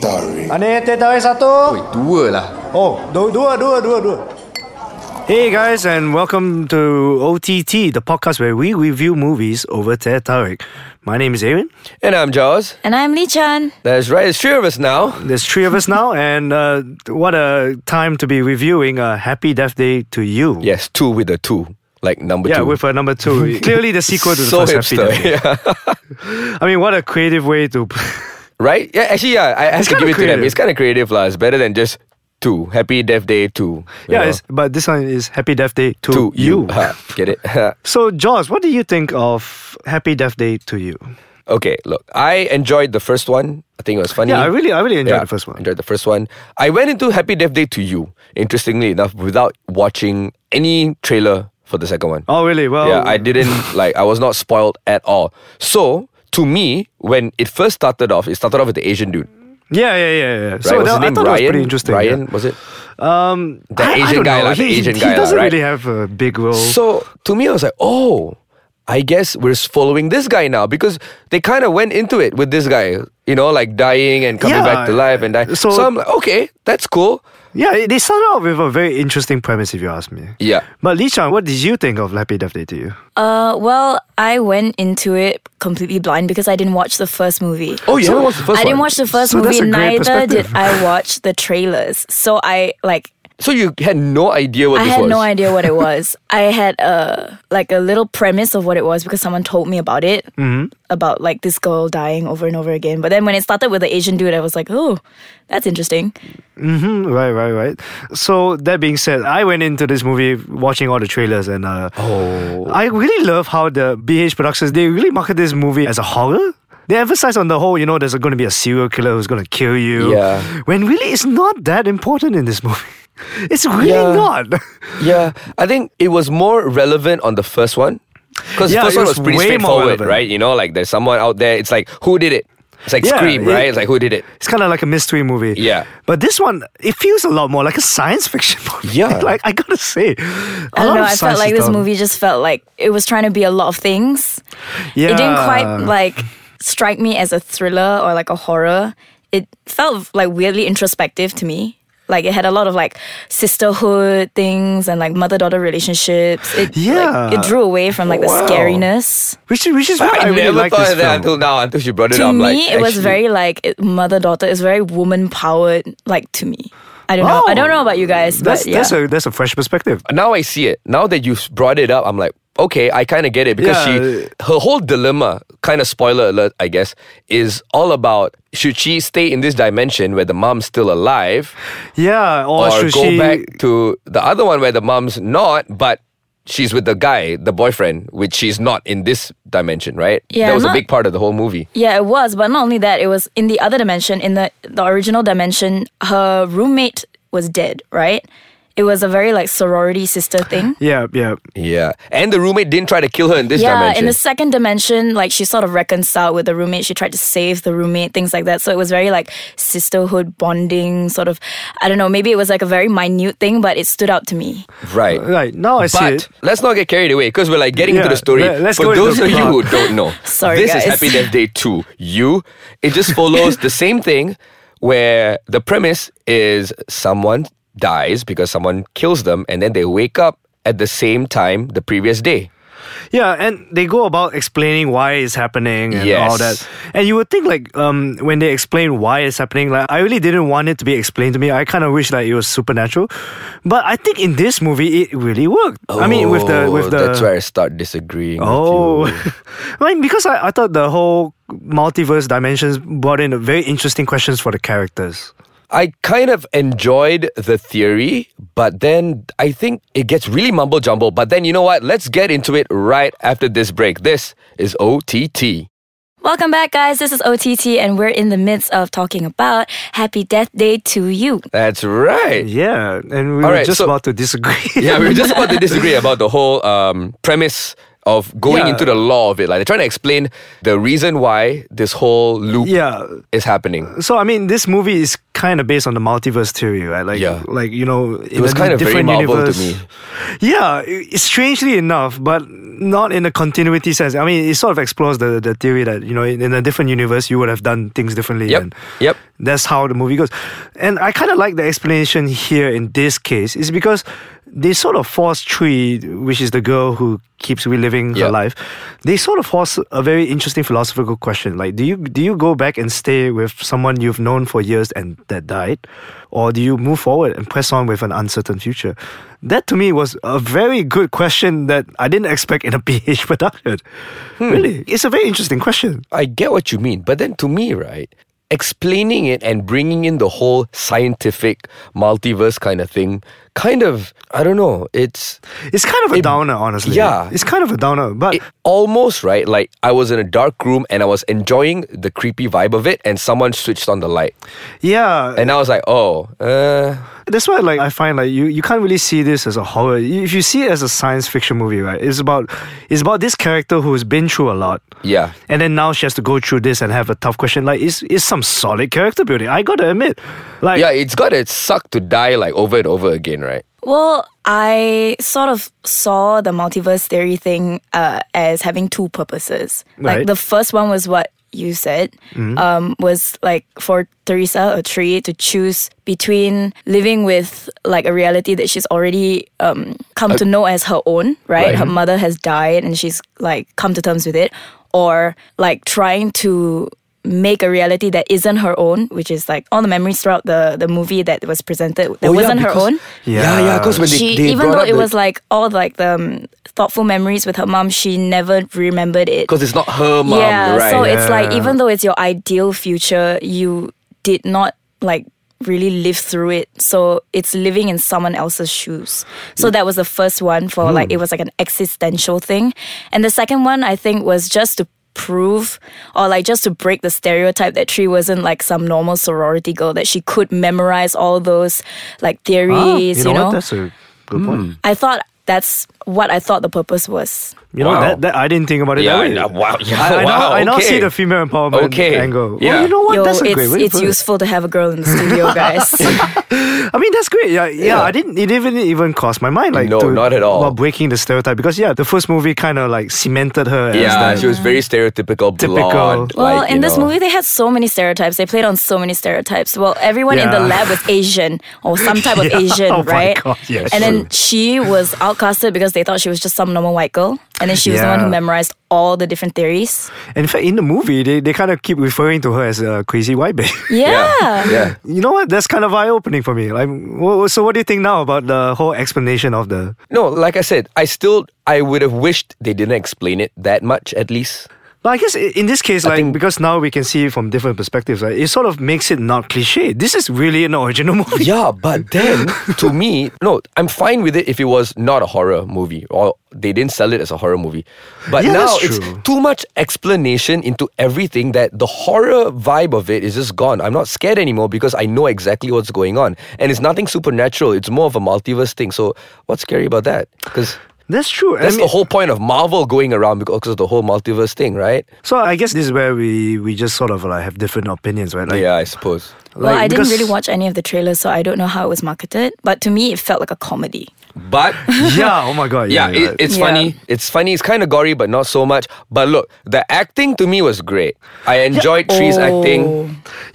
Mari tahu satu. Oi, dua lah. Oh, dua, dua, dua, dua, dua. Hey guys, and welcome to OTT, the podcast where we review movies over Ted Tarek. My name is Aaron. And I'm Jaws. And I'm Lee Chan. That's right, it's three of us now. There's three of us now, and uh, what a time to be reviewing uh, Happy Death Day to You. Yes, two with a two, like number Yeah, two. with uh, number two. Clearly the sequel to the so first Happy Death Day. hipster, yeah. I mean, what a creative way to. right? Yeah, actually, yeah, I have It's to give kinda it to creative. them. It's kind of creative, lah. It's better than just two. Happy Death Day two. you yeah, know. it's, but this one is Happy Death Day to, two. You. Ha, Get it? so, Jaws, what do you think of Happy Death Day to You? okay, look, I enjoyed the first one. I think it was funny. Yeah, I really, I really enjoyed the Yeah, first one. Enjoyed the first one. I went into Happy Death Day to You, interestingly enough, without watching any trailer for the second one. Oh, really? Well, Yeah, I didn't like I was not spoiled at all. So to me, when it first started off, it started off with the Asian dude. Yeah, yeah, yeah, yeah. Right? So was that, his I name thought Ryan? it was pretty interesting. yeah. Ryan, was it? Um, The I- I Asian don't guy know. lah, the He- Asian he, guy lah, doesn't right? really have a big role. So to me, I was like, oh, I guess we're following this guy now because they kind of went into it with this guy, you know, like dying and coming Yeah. back to life and dying. So- So, I'm like, okay, that's cool. yeah, it- they started out with a very interesting premise, if you ask me. Yeah. But Lee Chan, what did you think of Happy Death Day to you? Uh, well, I went into it completely blind because I didn't watch the first movie. Oh, you haven't watched the first I didn't one? watch the first So that's movie. a great Neither did perspective. I watch the trailers. So I like So you had no idea what I this had was. no idea what it was. I had a like a little premise of what it was because someone told me about it Mm-hmm. about like this girl dying over and over again. But then when it started with the Asian dude, I was like, oh, that's interesting. Hmm, right, right, right. So that being said, I went into this movie watching all the trailers, and uh, oh. I really love how the BH Productions they really market this movie as a horror. They emphasize on the whole, you know, there's going to be a serial killer who's going to kill you. Yeah. When really it's not that important in this movie. It's really Yeah. not. Yeah, I think it was more relevant on the first one because Yeah, the first it one was was pretty way more straightforward, relevant. right? You know, like there's someone out there. It's like who did it? It's like Yeah, it- Scream, right? It's like who did it? It's kind of like a mystery movie. Yeah. But this one, it feels a lot more like a science fiction movie. Yeah. like, I gotta say. I don't know. I felt like this movie just felt like it was trying to be a lot of things. yeah. It didn't quite like strike me as a thriller or like a horror. It felt like weirdly introspective to me. Like it had a lot of like sisterhood things and like mother daughter relationships. It, like, Yeah. it drew away from like the Wow. scariness. Which, is- which is why I, I, really never like thought this of that film. until now, until she brought it To up. me, like, it was actually- very like mother daughter is very woman powered. Like to me, I don't know. I don't know about you guys, Oh, That's, but yeah. that's, a, that's a fresh perspective. Now I see it. Now that you've brought it up, I'm like, okay, I kind of get it because Yeah. she, her whole dilemma, kind of spoiler alert, I guess, is all about should she stay in this dimension where the mom's still alive, Yeah. Or, or should go she. back to the other one where the mom's not, but she's with the guy, the boyfriend, which she's not in this dimension, right? Yeah, that was a not- big part of the whole movie. Yeah, it was. But not only that, it was in the other dimension, in the the original dimension, her roommate was dead, right? It was a very like sorority sister thing. Yeah, yeah. Yeah, and the roommate didn't try to kill her in this yeah, dimension. in the second dimension, like she sort of reconciled with the roommate. She tried to save the roommate, things like that. So it was very like sisterhood bonding, sort of. I don't know. Maybe it was like a very minute thing, but it stood out to me. right. Right. Now I see it. But let's not get carried away because we're like getting into Yeah, the story. let- let's go For into those the of you plot. who don't know, Sorry, this guys. is Happy Death Day 2. You, it just follows the same thing where the premise is someone dies because someone kills them and then they wake up at the same time the previous day. Yeah, and they go about explaining why it's happening and Yes. all that. And you would think like um when they explain why it's happening, like I really didn't want it to be explained to me. I kind of wish like it was supernatural, but I think in this movie it really worked. I mean, with the with Oh, the That's where I start disagreeing. with oh, you. I mean because I, I thought the whole multiverse dimensions brought in very interesting questions for the characters. I kind of enjoyed the theory, but then I think it gets really mumble jumble. But then you know what? Let's get into it right after this break. This is OTT. Welcome back, guys. This is OTT, and we're in the midst of talking about Happy Death Day to you. That's right. Yeah, and we All were right, just so- about to disagree. Yeah, we were just about to disagree about the whole um, premise of going Yeah. into the law of it. Like they're trying to explain the reason why this whole loop Yeah. is happening. So I mean, this movie is kind of based on the multiverse theory, right? Like, Yeah. like you know, it was kind of very Marvel to me. Yeah, i- strangely enough, but not in a continuity sense. I mean, it sort of explores the, the theory that you know, in, in a different universe, you would have done things differently. Yep, and yep. That's how the movie goes, and I kind of like the explanation here in this case is because they sort of force Tree, which is the girl who keeps reliving her Yeah. life, they sort of force a very interesting philosophical question. Like, do you do you go back and stay with someone you've known for years and that died, or do you move forward and press on with an uncertain future? That to me was a very good question that I didn't expect in a PH production. Hmm. Really, it's a very interesting question. I get what you mean, but then to me, right, explaining it and bringing in the whole scientific multiverse kind of thing, kind of, I don't know, it's It's kind of a downer, honestly. yeah. it's kind of a downer, but. it almost right like I was in a dark room and I was enjoying the creepy vibe of it, and someone switched on the light, yeah, and I was like, oh, uh, That's why, like, I find like you, you can't really see this as a horror. You- If you see it as a science fiction movie, right? It's about it's about this character who's been through a lot, yeah. and then now she has to go through this and have a tough question. Like, it's it's some solid character building. I gotta admit, like, Yeah, it's gotta suck to die like over and over again, right? Well, I sort of saw the multiverse theory thing uh, as having two purposes. Right. Like the first one was what you said Mm-hmm. um, was like for Teresa or Tree to choose between living with like a reality that she's already um, come to know as her own, right? Her mother has died and she's like come to terms with it, or like trying to make a reality that isn't her own, which is like all the memories throughout the the movie that was presented Oh, that yeah, wasn't her because- own Yeah, yeah, because when they, she, they even brought though up it the- was like all like the um, thoughtful memories with her mom, she never remembered it. because it's not her mom, yeah, right? so it's like even though it's your ideal future, you did not like really live through it. So it's living in someone else's shoes. So that was the first one Hmm. for like it was like an existential thing, and the second one I think was just to prove or like just to break the stereotype that Tree wasn't like some normal sorority girl that she could memorize all those like Ah, theories, you know, what? That's a good Hmm. point. I thought that's what I thought the purpose was. You know Wow. that, that I didn't think about it Yeah, that I way. know. Wow. Yeah, I, I wow, now, I now okay. see the female empowerment Okay. angle. Yeah. Well, you know what? Yo, that's a it's great way to it's put it. useful to have a girl in the studio, guys. I mean, that's great. Yeah, yeah. I didn't. It didn't even cross my mind. Like, No, to- not at all. About breaking the stereotype, because yeah, the first movie kind of like cemented her. as yeah, that. she was very stereotypical, Typical. blonde. well, like, in you this know. movie, they had so many stereotypes. They played on so many stereotypes. Well, everyone in the Yeah. lab was Asian or some type of Yeah. Asian, Oh my right? God, yes. and then she was outcasted because they thought she was just some normal white girl, and then she was the one who Yeah. memorized all the different theories. And in fact, in the movie, they, they kind of keep referring to her as a crazy white babe. Yeah. yeah, yeah. you know what? That's kind of eye opening for me. Like, wha- wha- so what do you think now about the whole explanation of the? No, like I said, I still I would have wished they didn't explain it that much at least. Well, I guess i- in this case, like think- because now we can see it from different perspectives, right? It sort of makes it not cliche. This is really an original movie. Yeah, but then to me, no, I'm fine with it if it was not a horror movie or they didn't sell it as a horror movie. But Yeah, now that's it's true. too much explanation into everything that the horror vibe of it is just gone. I'm not scared anymore because I know exactly what's going on. And it's nothing supernatural, it's more of a multiverse thing. So what's scary about that? Because That's true. I that's mean- the whole point of Marvel going around because of the whole multiverse thing, right? So I guess this is where we we just sort of like have different opinions, right? Like, Yeah, I suppose. Well, like, I didn't because- really watch any of the trailers, so I don't know how it was marketed. But to me, it felt like a comedy. But Yeah. Oh my god. Yeah, Yeah. it, it's Yeah. funny. It's funny. It's kind of gory, but not so much. But look, the acting to me was great. I enjoyed Oh. Tree's acting.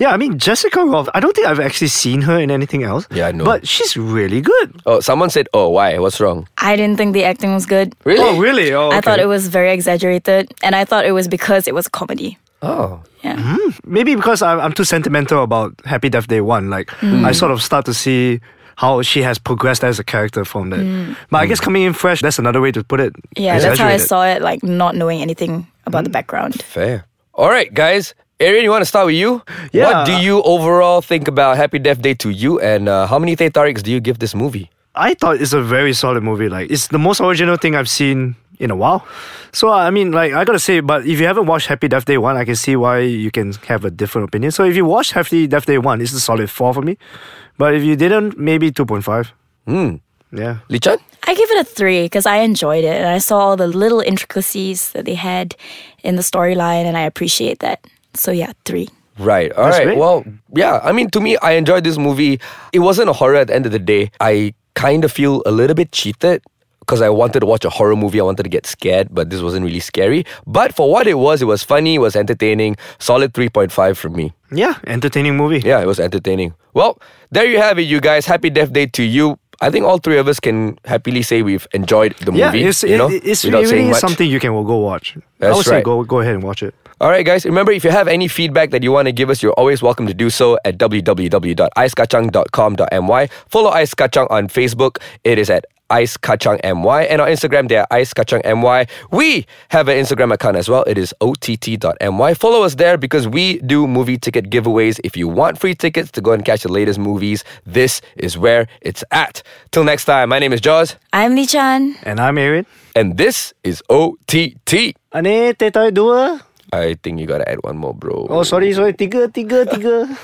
Yeah, I mean Jessica Roth. I don't think I've actually seen her in anything else. Yeah, I know. But she's really good. Oh, someone said, "Oh, why? What's wrong?" I didn't think the acting was good. Really? Oh, really? Oh, I thought okay. it was very exaggerated, and I thought it was because it was a comedy. Oh, Yeah. Hmm? maybe because I'm, I'm too sentimental about Happy Death Day One. Like Mm. I sort of start to see how she has progressed as a character from that. But I guess Mm. coming in fresh, that's another way to put it. Mm. Yeah, that's how I Exaggerated. Hmm. saw it, like not knowing anything about the background. fair. All right, guys. Arian, you want to start with you? Yeah. What do you overall think about Happy Death Day to you, and uh, how many Tay Tariks do you give this movie? I thought it's a very solid movie. Like it's the most original thing I've seen in a while. So I mean, like I gotta say, but if you haven't watched Happy Death Day One, I can see why you can have a different opinion. So if you watched Hmm. Happy Death Day One, it's a solid four for me. But if you didn't, maybe two point five. Yeah. Lichan? I give it a three because I enjoyed it and I saw all the little intricacies that they had in the storyline and I appreciate that. So yeah, three. Right. All right. great. Well, yeah. I mean, to me, I enjoyed this movie. It wasn't a horror at the end of the day. I kind of feel a little bit cheated because I wanted to watch a horror movie. I wanted to get scared, but this wasn't really scary. But for what it was, it was funny, it was entertaining. Solid 3.5 from me. Yeah. Entertaining movie. Yeah, it was entertaining. Well, there you have it, you guys. Happy Death Day to you. I think all three of us can happily say we've enjoyed the Yeah, movie. it's, you know, it, it's it without saying really much. something you can go watch. I That's would say right. go go ahead and watch it. All right, guys. Remember, if you have any feedback that you want to give us, you're always welcome to do so at www.icekachang.com.my. Follow Ice Kachang on Facebook. It is at Ice Kachang MY. And on Instagram, they are Ice Kachang MY. We have an Instagram account as well. It is OTT.my. Follow us there because we do movie ticket giveaways. If you want free tickets to go and catch the latest movies, this is where it's at. Till next time, my name is Jaws, I'm Lee Chan. And I'm Aaron. and this is OTT. Ane, tetai dua. I think you gotta add one more, bro. Oh, sorry, sorry. Tiga, tiga, tiga.